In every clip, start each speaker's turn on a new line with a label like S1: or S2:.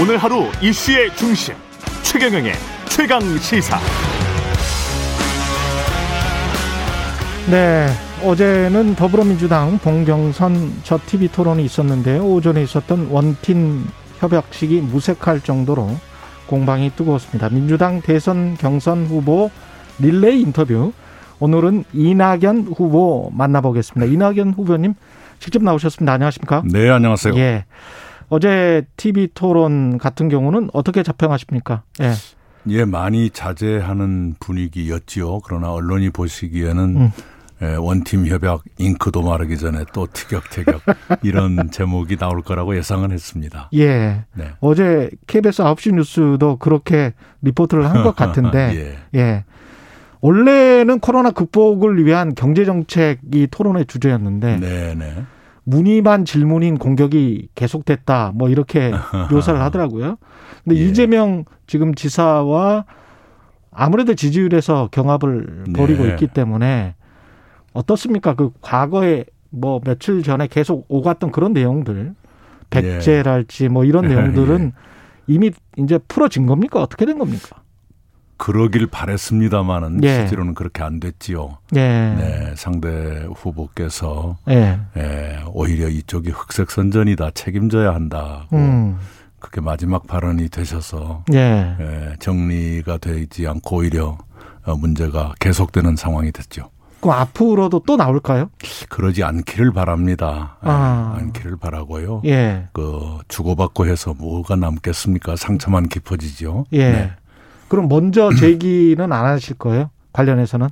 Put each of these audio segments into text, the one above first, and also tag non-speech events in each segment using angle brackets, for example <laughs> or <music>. S1: 오늘 하루 이슈의 중심 최경영의 최강 시사.
S2: 네, 어제는 더불어민주당 봉경선 저 TV 토론이 있었는데요. 오전에 있었던 원팀 협약식이 무색할 정도로 공방이 뜨거웠습니다. 민주당 대선 경선 후보 릴레이 인터뷰. 오늘은 이낙연 후보 만나보겠습니다. 이낙연 후보님 직접 나오셨습니다. 안녕하십니까?
S3: 네, 안녕하세요.
S2: 예. 어제 TV 토론 같은 경우는 어떻게 자평하십니까? 예.
S3: 예, 많이 자제하는 분위기였지요. 그러나 언론이 보시기에는
S2: 음.
S3: 예, 원팀 협약 잉크도 마르기 전에 또
S2: <laughs>
S3: 티격태격 이런 제목이 나올 거라고 예상은 했습니다.
S2: 예.
S3: 네.
S2: 어제 KBS 9시 뉴스도 그렇게 리포트를 한 것
S3: <laughs>
S2: 같은데,
S3: 예.
S2: 예. 원래는 코로나 극복을 위한 경제정책이 토론의 주제였는데,
S3: 네, 네.
S2: 문의만 질문인 공격이 계속됐다, 뭐
S3: <laughs>
S2: 이렇게 묘사를 하더라고요. 근데
S3: 예.
S2: 이재명 지금 지사와 아무래도 지지율에서 경합을 벌이고
S3: 네.
S2: 있기 때문에, 어떻습니까? 그 과거에 뭐 며칠 전에 계속 오갔던 그런 내용들, 백제랄지 뭐 이런
S3: 예. <laughs>
S2: 내용들은 이미 이제 풀어진 겁니까? 어떻게 된 겁니까?
S3: 그러길 바랬습니다마는
S2: 예.
S3: 실제로는 그렇게 안 됐지요.
S2: 예.
S3: 네, 상대 후보께서
S2: 예.
S3: 예, 오히려 이쪽이 흑색 선전이다 책임져야 한다고
S2: 음.
S3: 그게 마지막 발언이 되셔서
S2: 예.
S3: 예, 정리가 되지 않고 오히려 어, 문제가 계속되는 상황이 됐죠.
S2: 그럼 앞으로도 또 나올까요?
S3: 그러지 않기를 바랍니다. 예,
S2: 아.
S3: 않기를 바라고요.
S2: 예.
S3: 그 주고받고 해서 뭐가 남겠습니까? 상처만 깊어지죠.
S2: 예.
S3: 네. 음.
S2: 그럼 먼저 제기는 안 하실 거예요? 관련해서는?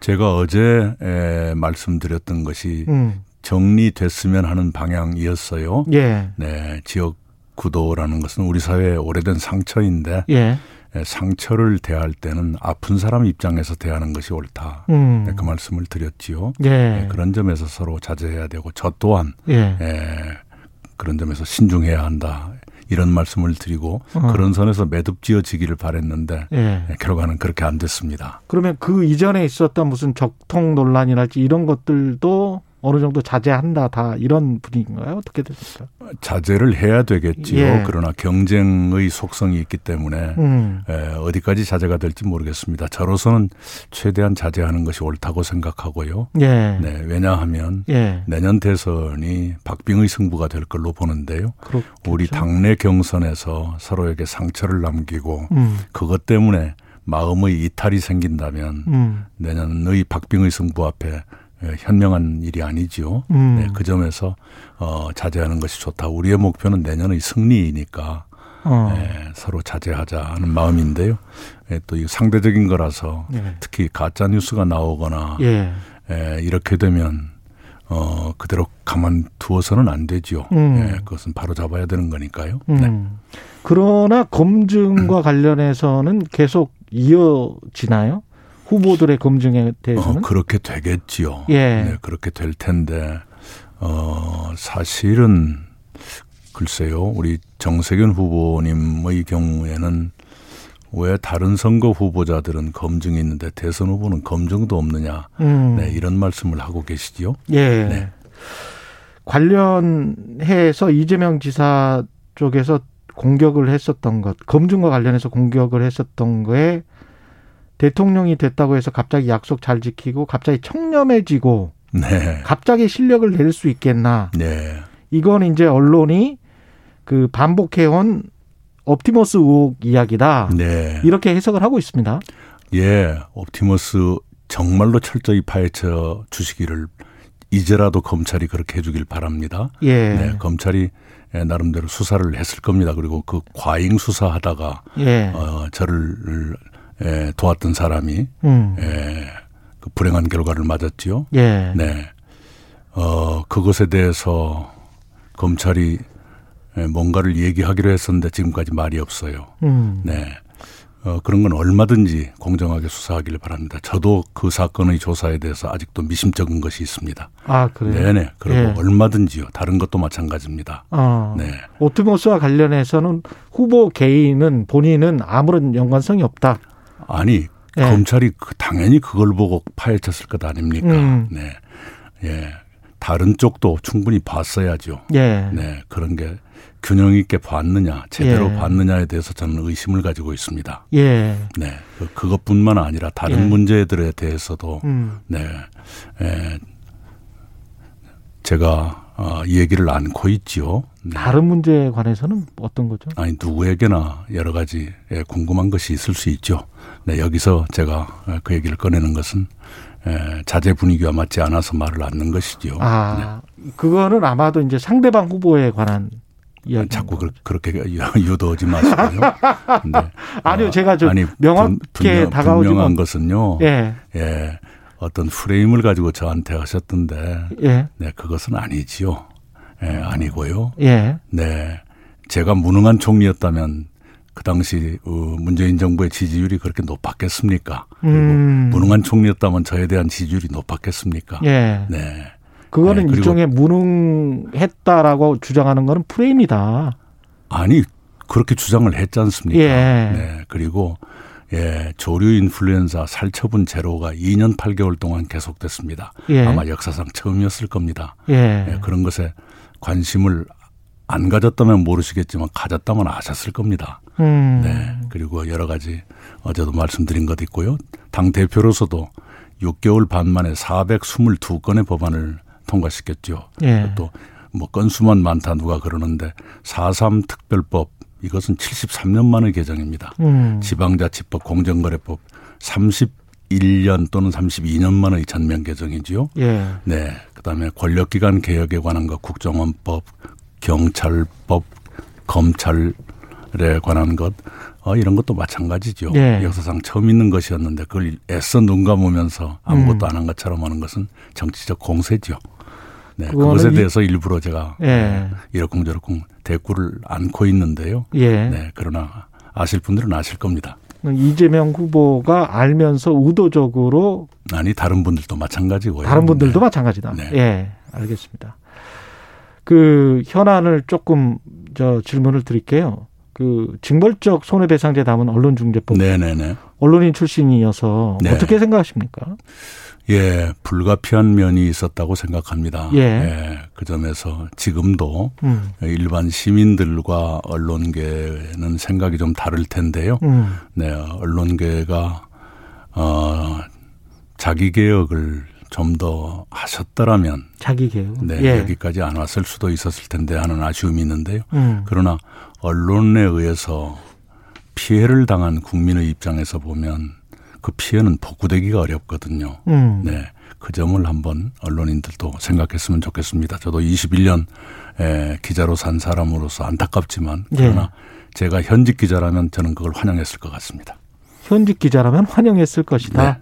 S3: 제가 어제 에, 말씀드렸던 것이
S2: 음.
S3: 정리됐으면 하는 방향이었어요.
S2: 예.
S3: 네, 지역 구도라는 것은 우리 사회의 오래된 상처인데
S2: 예.
S3: 에, 상처를 대할 때는 아픈 사람 입장에서 대하는 것이 옳다.
S2: 음.
S3: 네, 그 말씀을 드렸지요. 예,
S2: 예.
S3: 그런 점에서 서로 자제해야 되고 저 또한
S2: 예.
S3: 예, 그런 점에서 신중해야 한다 이런 말씀을 드리고
S2: 어.
S3: 그런 선에서 매듭지어지기를 바랬는데
S2: 예.
S3: 예, 결과는 그렇게 안 됐습니다.
S2: 그러면 그 이전에 있었던 무슨 적통 논란이랄지 이런 것들도 어느 정도 자제한다 다 이런 분위기인가요? 어떻게 됐습니까?
S3: 자제를 해야 되겠지요.
S2: 예.
S3: 그러나 경쟁의 속성이 있기 때문에
S2: 음.
S3: 예, 어디까지 자제가 될지 모르겠습니다. 저로서는 최대한 자제하는 것이 옳다고 생각하고요.
S2: 예.
S3: 네, 왜냐하면
S2: 예.
S3: 내년 대선이 박빙의 승부가 될 걸로 보는데요.
S2: 그렇
S3: 우리
S2: 그렇죠.
S3: 당내 경선에서 서로에게 상처를 남기고
S2: 음.
S3: 그것 때문에 마음의 이탈이 생긴다면
S2: 음.
S3: 내년의 박빙의 승부 앞에 예, 현명한 일이 아니지요.
S2: 음.
S3: 네, 그 점에서 어, 자제하는 것이 좋다. 우리의 목표는 내년의 승리이니까
S2: 어.
S3: 예, 서로 자제하자 하는 마음인데요. 예, 또 이 상대적인 거라서
S2: 예.
S3: 특히 가짜 뉴스가 나오거나
S2: 예.
S3: 예, 이렇게 되면 어, 그대로 가만 두어서는 안 되지요.
S2: 음.
S3: 예, 그것은 바로 잡아야 되는 거니까요.
S2: 음.
S3: 네. 음.
S2: 그러나 검증과 관련해서는 계속 이어지나요? 후보들의 검증에
S3: 어,
S2: 대해서는?
S3: 그렇게 되겠지요.
S2: 예.
S3: 네, 그렇게 될 텐데 어, 사실은 글쎄요. 우리 정세균 후보님의 경우에는 왜 다른 선거 후보자들은 검증이 있는데 대선 후보는 검증도 없느냐.
S2: 음.
S3: 네, 이런 말씀을 하고 계시지요.
S2: 예.
S3: 네.
S2: 관련해서 이재명 지사 쪽에서 공격을 했었던 것, 검증과 관련해서 공격을 했었던 거에 대통령이 됐다고 해서 갑자기 약속 잘 지키고 갑자기 청렴해지고
S3: 네.
S2: 갑자기 실력을 낼 수 있겠나.
S3: 네.
S2: 이건 이제 언론이 그 반복해온 옵티머스 의혹 이야기다.
S3: 네.
S2: 이렇게 해석을 하고 있습니다.
S3: 예. 옵티머스 정말로 철저히 파헤쳐 주시기를 이제라도 검찰이 그렇게 해주길 바랍니다.
S2: 예.
S3: 네. 검찰이 예, 나름대로 수사를 했을 겁니다. 그리고 그 과잉 수사하다가
S2: 예.
S3: 어, 저를 에, 도왔던 사람이
S2: 음.
S3: 에, 그 불행한 결과를 맞았지요.
S2: 예.
S3: 네. 어, 그것에 대해서 검찰이 에, 뭔가를 얘기하기로 했었는데 지금까지 말이 없어요.
S2: 음.
S3: 네. 어, 그런 건 얼마든지 공정하게 수사하기를 바랍니다. 저도 그 사건의 조사에 대해서 아직도 미심쩍은 것이 있습니다.
S2: 아, 그래요.
S3: 네네. 그리고
S2: 예.
S3: 얼마든지요. 다른 것도 마찬가지입니다.
S2: 어.
S3: 네.
S2: 오토모스와 관련해서는 후보 개인은 본인은 아무런 연관성이 없다.
S3: 아니
S2: 예.
S3: 검찰이 그- 당연히 그걸 보고 파헤쳤을 것 아닙니까?
S2: 음.
S3: 네. 예. 다른 쪽도 충분히 봤어야죠.
S2: 예.
S3: 네, 그런 게 균형 있게 봤느냐, 제대로
S2: 예.
S3: 봤느냐에 대해서 저는 의심을 가지고 있습니다.
S2: 예.
S3: 네, 그- 그것뿐만 아니라 다른
S2: 예.
S3: 문제들에 대해서도
S2: 음.
S3: 네, 에, 제가 어, 얘기를 안고 있지요. 네.
S2: 다른 문제에 관해서는 어떤 거죠?
S3: 아니 누구에게나 여러 가지 예, 궁금한 것이 있을 수 있죠. 네, 여기서 제가 어, 그 얘기를 꺼내는 것은 에, 자제 분위기와 맞지 않아서 뭐, 네. 말을 않는 것이지요.
S2: 아, 그거는 아마도 이제 상대방 후보에 관한 이야기.
S3: 아, 자꾸 그, 그렇게 <laughs> 유- 유도하지 마시고요. 네.
S2: 아니요,
S3: 어,
S2: 제가 좀
S3: 아니,
S2: 명확하게 다가오지
S3: 분명한
S2: 못-
S3: 것은요. 예.
S2: 예.
S3: 어떤 프레임을 가지고 저한테 하셨던데,
S2: 예.
S3: 네, 그것은 아니지요. 예, 아니고요.
S2: 예.
S3: 네, 제가 무능한 총리였다면 그 당시 어, 문재인 정부의 지지율이 그렇게 높았겠습니까? 그리고
S2: 음.
S3: 무능한 총리였다면 저에 대한 지지율이 높았겠습니까?
S2: 예.
S3: 네,
S2: 그거는
S3: 네, 그리고-
S2: 일종의 무능했다라고 주장하는 거는 프레임이다.
S3: 아니 그렇게 주장을 했지 않습니까?
S2: 예.
S3: 네, 그리고 예, 조류 인플루엔자 살처분 제로가 2년 8개월 동안 계속됐습니다.
S2: 예.
S3: 아마 역사상 처음이었을 겁니다.
S2: 예.
S3: 예, 그런 것에 관심을 안 가졌다면 모르시겠지만 가졌다면 아셨을 겁니다.
S2: 음.
S3: 네. 그리고 여러 가지 어제도 말씀드린 것 있고요. 당 대표로서도 6개월 반 만에 422건의 법안을 통과시켰죠.
S2: 예.
S3: 또 뭐 건수만 많다 누가 그러는데 4.3 특별법 이것은 73년 만의 개정입니다.
S2: 음.
S3: 지방자치법 공정거래법 31년 또는 32년 만의 전면 개정이지요.
S2: 예.
S3: 네. 그다음에 권력기관 개혁에 관한 것, 국정원법, 경찰법, 검찰에 관한 것, 어, 이런 것도 마찬가지죠.
S2: 네.
S3: 역사상 처음 있는 것이었는데 그걸 애써 눈 감으면서
S2: 음.
S3: 아무것도 안 한 것처럼 하는 것은 정치적 공세죠. 네,
S2: 그거는
S3: 그것에
S2: 이-
S3: 대해서 일부러 제가
S2: 예.
S3: 네. 이러쿵저러쿵 대꾸를 안고 있는데요.
S2: 예.
S3: 네, 그러나 아실 분들은 아실 겁니다.
S2: 이재명 후보가 알면서 의도적으로
S3: 아니 다른 분들도 마찬가지고요.
S2: 다른 분들도
S3: 네.
S2: 마찬가지다.
S3: 네.
S2: 예, 알겠습니다. 그 현안을 조금 저 질문을 드릴게요. 그 징벌적 손해배상제 담은 언론중재법
S3: 네네네.
S2: 언론인 출신이어서
S3: 네.
S2: 어떻게 생각하십니까?
S3: 예, 불가피한 면이 있었다고 생각합니다.
S2: 예.
S3: 그 점에서 지금도
S2: 음,
S3: 일반 시민들과 언론계는 생각이 좀 다를 텐데요.
S2: 음,
S3: 네, 언론계가 어 자기 개혁을 좀 더 하셨더라면
S2: 자기 개요.
S3: 네,
S2: 예.
S3: 여기까지 안 왔을 수도 있었을 텐데 하는 아쉬움이 있는데요.
S2: 음,
S3: 그러나 언론에 의해서 피해를 당한 국민의 입장에서 보면 그 피해는 복구되기가 어렵거든요.
S2: 음,
S3: 네. 그 점을 한번 언론인들도 생각했으면 좋겠습니다. 저도 21년 에, 기자로 산 사람으로서 안타깝지만 그러나 제가 현직 기자라면 저는 그걸 환영했을 것 같습니다.
S2: 현직 기자라면 환영했을 것이다.
S3: 네.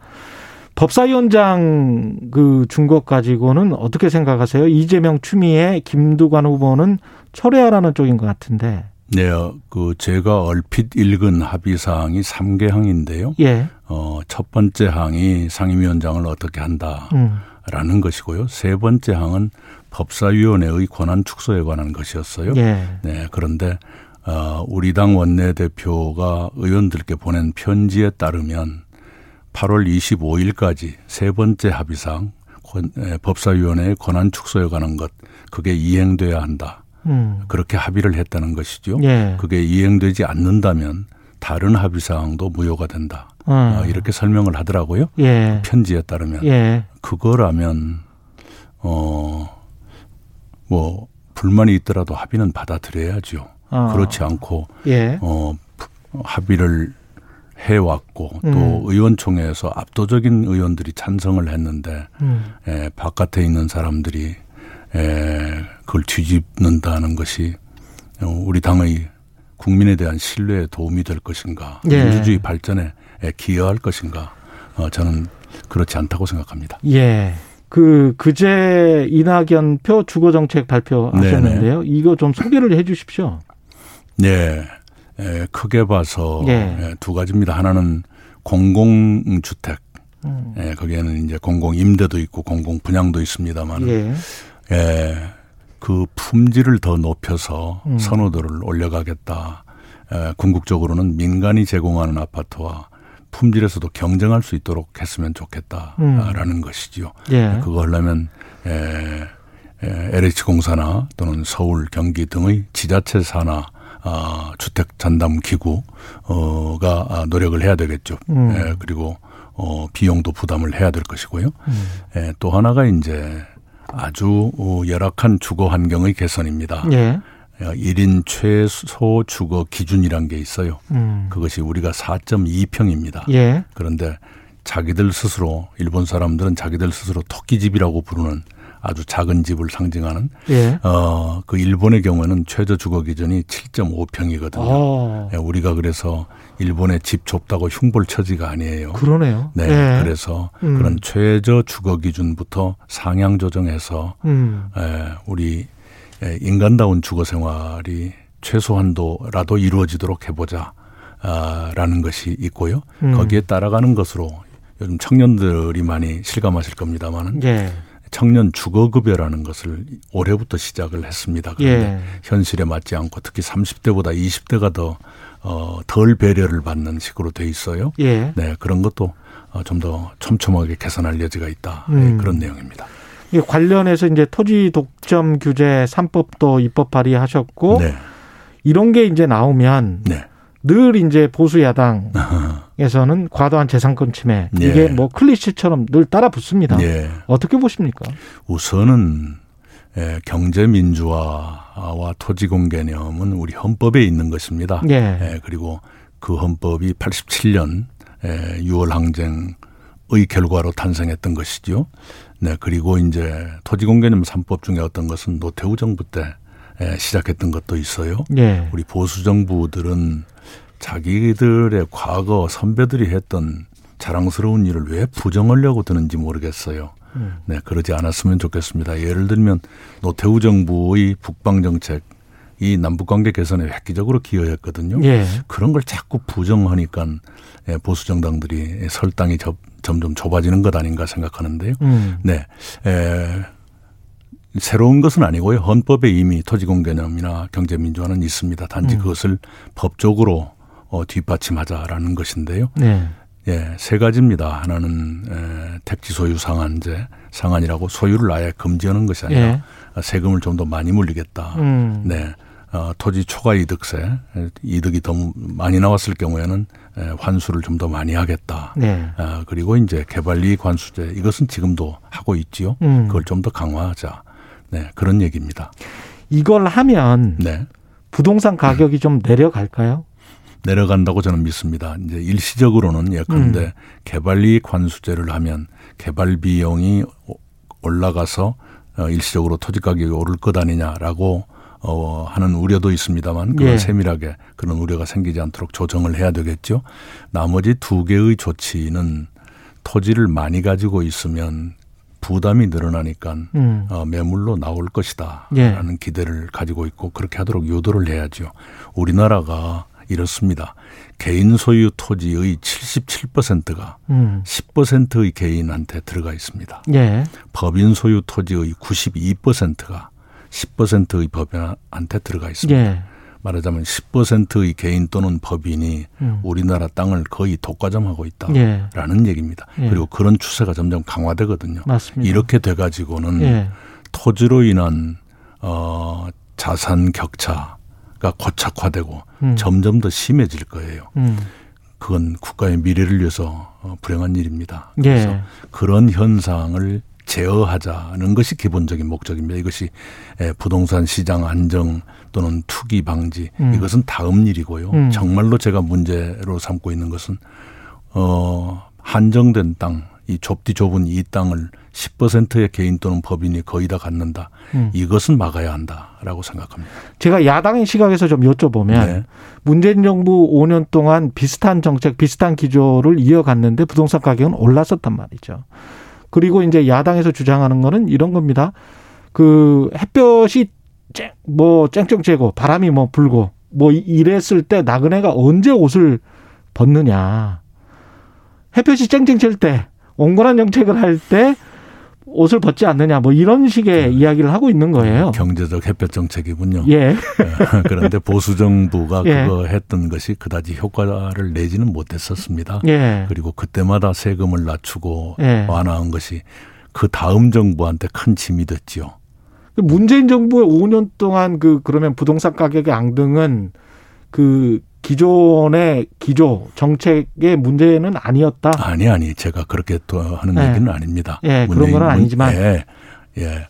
S2: 법사위원장 그 준것 가지고는 어떻게 생각하세요? 이재명, 추미애, 김두관 후보는 철회하라는 쪽인 것 같은데.
S3: 네, 어, 그 제가 얼핏 읽은 합의 사항이 3개 항인데요.
S2: 예.
S3: 어, 첫 번째 항이 상임위원장을 어떻게 한다라는
S2: 음.
S3: 것이고요. 세 번째 항은 법사위원회의 권한 축소에 관한 것이었어요.
S2: 예.
S3: 네, 그런데 어, 우리 당 원내대표가 의원들께 보낸 편지에 따르면 8월 25일까지 세 번째 합의상 권- 에, 법사위원회의 권한 축소에 관한 것 그게 이행돼야 한다.
S2: 음.
S3: 그렇게 합의를 했다는 것이죠.
S2: 예.
S3: 그게 이행되지 않는다면 다른 합의 사항도 무효가 된다.
S2: 어.
S3: 어, 이렇게 설명을 하더라고요.
S2: 예.
S3: 편지에 따르면
S2: 예.
S3: 그거라면 어뭐 뭐, 불만이 있더라도 합의는 받아들여야죠.
S2: 아.
S3: 그렇지 않고
S2: 예.
S3: 어 합의를 해왔고 또
S2: 음.
S3: 의원총회에서 압도적인 의원들이 찬성을 했는데
S2: 음.
S3: 에, 바깥에 있는 사람들이 에, 그걸 뒤집는다는 것이 어, 우리 당의 국민에 대한 신뢰에 도움이 될 것인가
S2: 예.
S3: 민주주의 발전에 에, 기여할 것인가 어, 저는 그렇지 않다고 생각합니다.
S2: 예. 그 그제 이낙연 표 주거 정책 발표하셨는데요. 이거 좀 소개를 해 주십시오.
S3: 네, 에, 크게 봐서
S2: 예.
S3: 에, 두 가지입니다. 하나는 공공주택,
S2: 음.
S3: 에, 거기에는 이제 공공임대도 있고 공공분양도 있습니다만,
S2: 예.
S3: 에, 그 품질을 더 높여서
S2: 음.
S3: 선호도를 올려가겠다. 에, 궁극적으로는 민간이 제공하는 아파트와 품질에서도 경쟁할
S2: 음.
S3: 수 있도록 했으면 좋겠다라는 것이지요.
S2: 예.
S3: 그거 하려면 에, 에, LH공사나 또는 서울, 경기 등의 지자체 산하 아, 주택 잔담 기구가 아, 노력을 해야 되겠죠.
S2: 음.
S3: 예, 그리고 어, 비용도 부담을 해야 될 것이고요.
S2: 음.
S3: 예, 또 하나가 이제 아주 어, 열악한 주거 환경의 개선입니다.
S2: 예.
S3: 예, 1인 최소 주거 기준이란 게 있어요.
S2: 음.
S3: 그것이 우리가 4.2평입니다.
S2: 예.
S3: 그런데 자기들 스스로 일본 사람들은 자기들 스스로 토끼집이라고 부르는 아주 작은 집을 상징하는
S2: 예.
S3: 어, 그 일본의 경우에는 최저 주거 기준이 7.5평이거든요. 예,
S2: 어.
S3: 우리가 그래서 일본의 집 좁다고 흉볼 처지가 아니에요.
S2: 그러네요.
S3: 네,
S2: 예.
S3: 그래서
S2: 음.
S3: 그런 최저 주거 기준부터 상향 조정해서
S2: 음.
S3: 에, 예, 우리 에, 인간다운 주거 생활이 최소한도라도 이루어지도록 해보자. 아, 라는 것이 있고요.
S2: 음.
S3: 거기에 따라가는 것으로 요즘 청년들이 많이 실감하실 겁니다만은
S2: 예.
S3: 청년 주거급여라는 것을 올해부터 시작을 했습니다. 그런데
S2: 예.
S3: 현실에 맞지 않고 특히 30대보다 20대가 더, 어, 덜 배려를 받는 식으로 돼 있어요.
S2: 예.
S3: 네, 그런 것도 어, 좀 더 촘촘하게 개선할 여지가 있다. 네,
S2: 음.
S3: 그런 내용입니다.
S2: 이 관련해서 이제 토지 독점 규제 3법도 입법 발의하셨고
S3: 네,
S2: 이런 게 이제 나오면
S3: 네.
S2: 늘 이제 보수 야당에서는 과도한 재산권 침해
S3: 예.
S2: 이게 뭐 클리셰처럼 늘 따라 붙습니다.
S3: 예.
S2: 어떻게 보십니까?
S3: 우선은 예, 경제 민주화와 토지 공개념은 우리 헌법에 있는 것입니다.
S2: 예.
S3: 예, 그리고 그 헌법이 87년 예, 6월 항쟁의 결과로 탄생했던 것이죠. 네, 그리고 이제 토지 공개념 3법 중에 어떤 것은 노태우 정부 때 예, 시작했던 것도 있어요.
S2: 예.
S3: 우리 보수 정부들은 자기들의 과거 선배들이 했던 자랑스러운 일을 왜 부정하려고 드는지 모르겠어요.
S2: 음.
S3: 네, 그러지 않았으면 좋겠습니다. 예를 들면 노태우 정부의 북방 정책이 남북 관계 개선에 획기적으로 기여했거든요.
S2: 예.
S3: 그런 걸 자꾸 부정하니까 예, 보수 정당들이 설당이 점- 점점 좁아지는 것 아닌가 생각하는데요.
S2: 음.
S3: 네. 에, 새로운 것은 아니고요. 헌법에 이미 토지공 개념이나 경제민주화는 있습니다. 단지 그것을 법적으로 어, 뒷받침하자라는 것인데요.
S2: 네.
S3: 예, 세 가지입니다. 하나는 에, 택지 소유 상한제, 상한이라고 소유를 아예 금지하는 것이 아니라 세금을 좀 더 많이 물리겠다.
S2: 음.
S3: 네. 어, 토지 초과 이득세, 에, 이득이 더 많이 나왔을 경우에는 에, 환수를 좀 더 많이 하겠다.
S2: 네.
S3: 아, 그리고 이제 개발이익 관수제 이것은 지금도 하고 있지요.
S2: 음.
S3: 그걸 좀 더 강화하자. 네, 그런 얘기입니다.
S2: 이걸 하면
S3: 네.
S2: 부동산 가격이 좀 내려갈까요?
S3: 내려간다고 저는 믿습니다. 이제 일시적으로는 예컨대
S2: 음.
S3: 개발이익 관수제를 하면 개발 비용이 오- 올라가서 어, 일시적으로 토지 가격이 오를 것 아니냐라고 어, 하는 우려도 있습니다만 그건
S2: 예.
S3: 세밀하게 그런 우려가 생기지 않도록 조정을 해야 되겠죠. 나머지 두 개의 조치는 토지를 많이 가지고 있으면 부담이 늘어나니까
S2: 음.
S3: 어, 매물로 나올
S2: 예.
S3: 것이다라는 기대를 가지고 있고 그렇게 하도록 유도를 해야죠. 우리나라가 이렇습니다. 개인 소유 토지의 77%가
S2: 음.
S3: 10%의 개인한테 들어가 있습니다.
S2: 예.
S3: 법인 소유 토지의 92%가 10%의 법인한테 들어가 있습니다.
S2: 예.
S3: 말하자면 10%의 개인 또는 법인이
S2: 음.
S3: 우리나라 땅을 거의 독과점하고
S2: 예.
S3: 있다라는 얘기입니다.
S2: 예.
S3: 그리고 그런 추세가 점점 강화되거든요.
S2: 맞습니다.
S3: 이렇게 돼가지고는
S2: 예.
S3: 토지로 인한 어, 자산 격차가 고착화되고
S2: 음.
S3: 점점 더 심해질 거예요.
S2: 음.
S3: 그건 국가의 미래를 위해서 어, 불행한 일입니다. 그래서
S2: 예.
S3: 그런 현상을 제어하자는 것이 기본적인 목적입니다. 이것이 에, 부동산 시장 안정 또는 투기 방지
S2: 음.
S3: 이것은 다음 일이고요.
S2: 음.
S3: 정말로 제가 문제로 삼고 있는 것은 어, 한정된 땅, 이 좁디 좁은 이 땅을 10%의 개인 또는 법인이 거의 다 갖는다.
S2: 음.
S3: 이것은 막아야 한다라고 생각합니다.
S2: 제가 야당의 시각에서 좀 여쭤보면
S3: 네.
S2: 문재인 정부 5년 동안 비슷한 정책, 비슷한 기조를 이어갔는데 부동산 가격은 올랐었단 말이죠. 그리고 이제 야당에서 주장하는 거는 이런 겁니다. 그 햇볕이 쨍, 뭐 쨍쨍 쬐고 바람이 뭐 불고 뭐 이랬을 때 나그네가 언제 옷을 벗느냐. 햇볕이 쨍쨍 쬐 때, 온건한 정책을 할 때 옷을 벗지 않느냐 뭐 이런 식의 이야기를 하고 있는 거예요.
S3: 경제적 햇볕 정책이군요.
S2: 예.
S3: <laughs> 그런데 보수 정부가
S2: 예.
S3: 그거 했던 것이 그다지 효과를 내지는 못했었습니다.
S2: 예.
S3: 그리고 그때마다 세금을 낮추고
S2: 예.
S3: 완화한 것이 그 다음 정부한테 큰 짐이 됐지요.
S2: 문재인 정부의 5년 동안 그 그러면 부동산 가격의 앙등은 그 기존의 기조 정책의 문제는 아니었다.
S3: 아니 아니 제가 그렇게 또 하는
S2: 네.
S3: 얘기는 아닙니다.
S2: 예, 그런
S3: 문재인
S2: 건
S3: 문-
S2: 아니지만.
S3: 예, 예.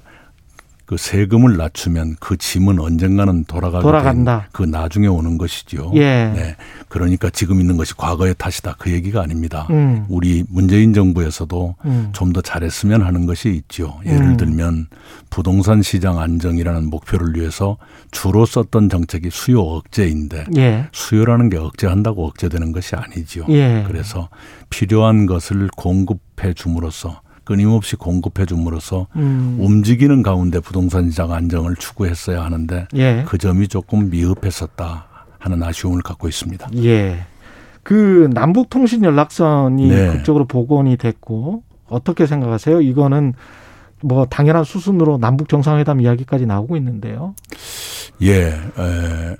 S3: 그 세금을 낮추면 그 짐은 언젠가는 돌아가게
S2: 돌아간다.
S3: 된그 나중에 오는 것이죠.
S2: 예.
S3: 네. 그러니까 지금 있는 것이 과거의 탓이다 그 얘기가 아닙니다.
S2: 음.
S3: 우리 문재인 정부에서도
S2: 음.
S3: 좀 더 잘했으면 하는 것이 있죠. 예를
S2: 음.
S3: 들면 부동산 시장 안정이라는 목표를 위해서 주로 썼던 정책이 수요 억제인데
S2: 예.
S3: 수요라는 게 억제한다고 억제되는 것이 아니지요.
S2: 예.
S3: 그래서 필요한 것을 공급해 줌으로써 끊임없이 공급해 줌으로써
S2: 음.
S3: 움직이는 가운데 부동산 시장 안정을 추구했어야 하는데
S2: 예.
S3: 그 점이 조금 미흡했었다 하는 아쉬움을 갖고 있습니다.
S2: 예. 그 남북 통신 연락선이
S3: 네.
S2: 그쪽으로 복원이 됐고 어떻게 생각하세요? 이거는 뭐 당연한 수순으로 남북 정상회담 이야기까지 나오고 있는데요.
S3: 예, 에,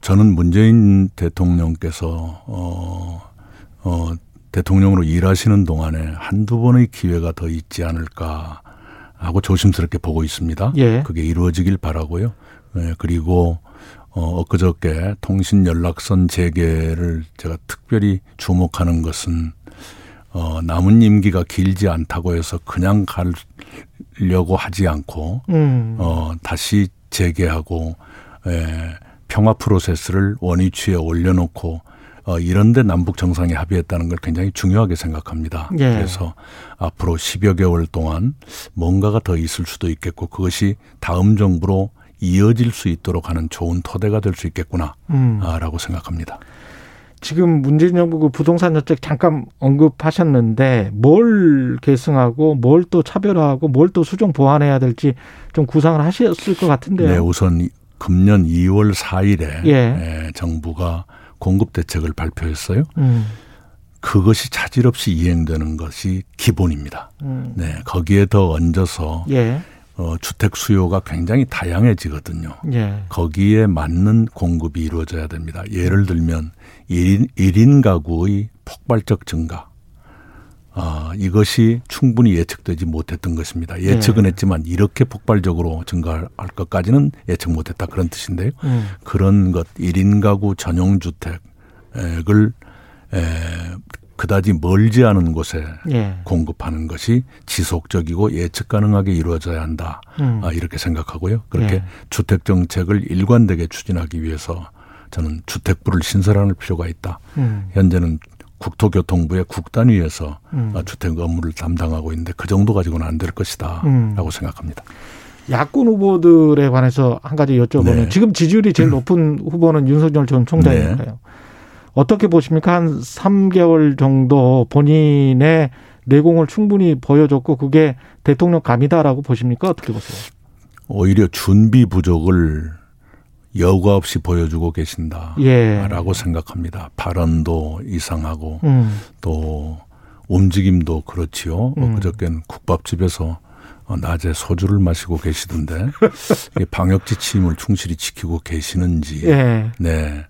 S3: 저는 문재인 대통령께서 어, 어, 대통령으로 일하시는 동안에 한두 번의 기회가 더 있지 않을까 하고 조심스럽게 보고 있습니다.
S2: 예.
S3: 그게 이루어지길 바라고요. 예, 그리고 어, 엊그저께 통신 연락선 재개를 제가 특별히 주목하는 것은 어, 남은 임기가 길지 않다고 해서 그냥 가려고 하지 않고
S2: 음.
S3: 어, 다시 재개하고 에, 평화 프로세스를 원위치에 올려놓고 어, 이런데 남북 정상이 합의했다는 걸 굉장히 중요하게 생각합니다.
S2: 예.
S3: 그래서 앞으로 10여 개월 동안 뭔가가 더 있을 수도 있겠고 그것이 다음 정부로 이어질 수 있도록 하는 좋은 토대가 될 수 있겠구나라고
S2: 음.
S3: 생각합니다.
S2: 지금 문재인 정부 그 부동산 정책 잠깐 언급하셨는데 뭘 계승하고 뭘 또 차별화하고 뭘 또 수정 보완해야 될지 좀 구상을 하셨을 것 같은데요.
S3: 네, 우선 이- 금년 2월 4일에
S2: 예.
S3: 정부가 공급 대책을 발표했어요.
S2: 음.
S3: 그것이 차질 없이 이행되는 것이 기본입니다.
S2: 음.
S3: 네, 거기에 더 얹어서
S2: 예.
S3: 어, 주택 수요가 굉장히 다양해지거든요.
S2: 예.
S3: 거기에 맞는 공급이 이루어져야 됩니다. 예를 들면 일인 가구의 폭발적 증가. 아, 이것이 충분히 예측되지 못했던 것입니다. 예측은
S2: 네.
S3: 했지만 이렇게 폭발적으로 증가할 것까지는 예측 못했다 그런 뜻인데요.
S2: 음.
S3: 그런 것 1인 가구 전용 주택을 에, 그다지 멀지 않은 곳에
S2: 예.
S3: 공급하는 것이 지속적이고 예측 가능하게 이루어져야 한다.
S2: 음.
S3: 아, 이렇게 생각하고요. 그렇게
S2: 예.
S3: 주택 정책을 일관되게 추진하기 위해서 저는 주택부를 신설할 필요가 있다.
S2: 음.
S3: 현재는 국토교통부의 국단위에서
S2: 음.
S3: 아, 주택 업무를 담당하고 있는데 그 정도 가지고는 안 될 것이다라고
S2: 음.
S3: 생각합니다.
S2: 야권 후보들에 관해서 한 가지 여쭤보면
S3: 네.
S2: 지금 지지율이 제일 높은 후보는 윤석열 전 총장이니까요.
S3: 네.
S2: 어떻게 보십니까? 한 3개월 정도 본인의 내공을 충분히 보여줬고 그게 대통령 감이다라고 보십니까? 어떻게 보세요?
S3: 오히려 준비 부족을 여과 없이 보여주고 계신다라고
S2: 예.
S3: 생각합니다. 발언도 이상하고
S2: 음.
S3: 또 움직임도 그렇지요.
S2: 음.
S3: 엊그저께는 국밥집에서 어, 낮에 소주를 마시고 계시던데 이게 방역 지침을 충실히 지키고 계시는지
S2: 예.
S3: 네.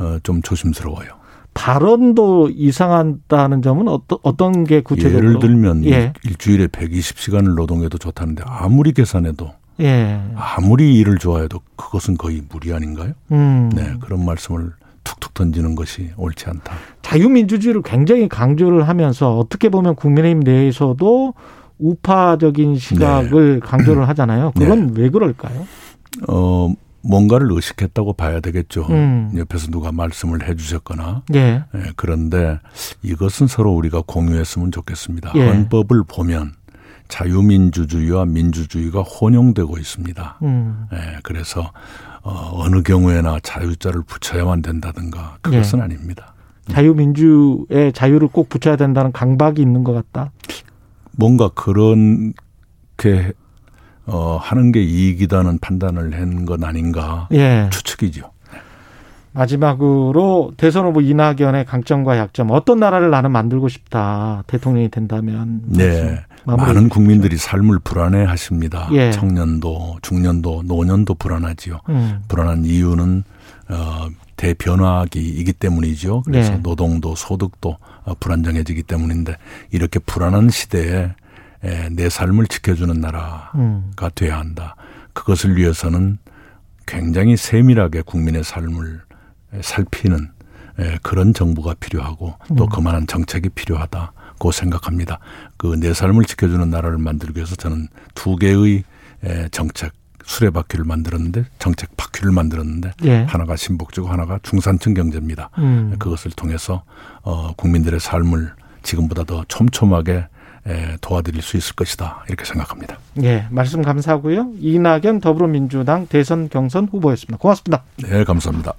S3: 어, 좀 조심스러워요.
S2: 발언도 이상하다는 점은 어떠, 어떤 게 구체적으로?
S3: 예를 들면
S2: 예.
S3: 일주일에 120시간을 노동해도 좋다는데 아무리 계산해도
S2: 예.
S3: 아무리 일을 좋아해도 그것은 거의 무리 아닌가요?
S2: 음.
S3: 네, 그런 말씀을 툭툭 던지는 것이 옳지 않다.
S2: 자유민주주의를 굉장히 강조를 하면서 어떻게 보면 국민의힘 내에서도 우파적인
S3: 네.
S2: 시각을 강조를 하잖아요. 그건 왜 그럴까요?
S3: 어, 뭔가를 의식했다고 봐야 되겠죠.
S2: 음.
S3: 옆에서 누가 말씀을 해 주셨거나.
S2: 예.
S3: 예, 그런데 이것은 서로 우리가 공유했으면 좋겠습니다.
S2: 예.
S3: 헌법을 보면 자유민주주의와 민주주의가 혼용되고 있습니다.
S2: 음.
S3: 예, 그래서 어, 어느 경우에나 자유자를 붙여야만 된다든가 그것은
S2: 예.
S3: 아닙니다.
S2: 자유민주의 자유를 꼭 붙여야 된다는 강박이 있는 것 같다.
S3: 뭔가 그렇게 어, 하는 게 이익이다는 판단을 한 건 아닌가
S2: 예.
S3: 추측이죠.
S2: 마지막으로 대선 후보 이낙연의 강점과 약점 어떤 나라를 나는 만들고 싶다 대통령이 된다면
S3: 네.
S2: 그렇죠. 마무리
S3: 많은 국민들이 삶을 불안해 하십니다.
S2: 예.
S3: 청년도, 중년도, 노년도 불안하지요.
S2: 음.
S3: 불안한 이유는 어, 대변화기이기 때문이죠. 그래서
S2: 네.
S3: 노동도 소득도 어, 불안정해지기 때문인데 이렇게 불안한 시대에 에, 내 삶을 지켜주는 나라가
S2: 음.
S3: 돼야 한다. 그것을 위해서는 굉장히 세밀하게 국민의 삶을 살피는 예, 그런 정부가 필요하고 또 그만한 정책이 필요하다고 생각합니다. 그 내 삶을 지켜주는 나라를 만들기 위해서 저는 두 개의 예, 정책 수레바퀴를 만들었는데 정책 바퀴를 만들었는데
S2: 예.
S3: 하나가 신복지고 하나가 중산층 경제입니다.
S2: 음.
S3: 그것을 통해서 어, 국민들의 삶을 지금보다 더 촘촘하게 에, 도와드릴 수 있을 것이다 이렇게 생각합니다.
S2: 예, 말씀 감사하고요. 이낙연 더불어민주당 대선 경선 후보였습니다. 고맙습니다.
S3: 네, 감사합니다.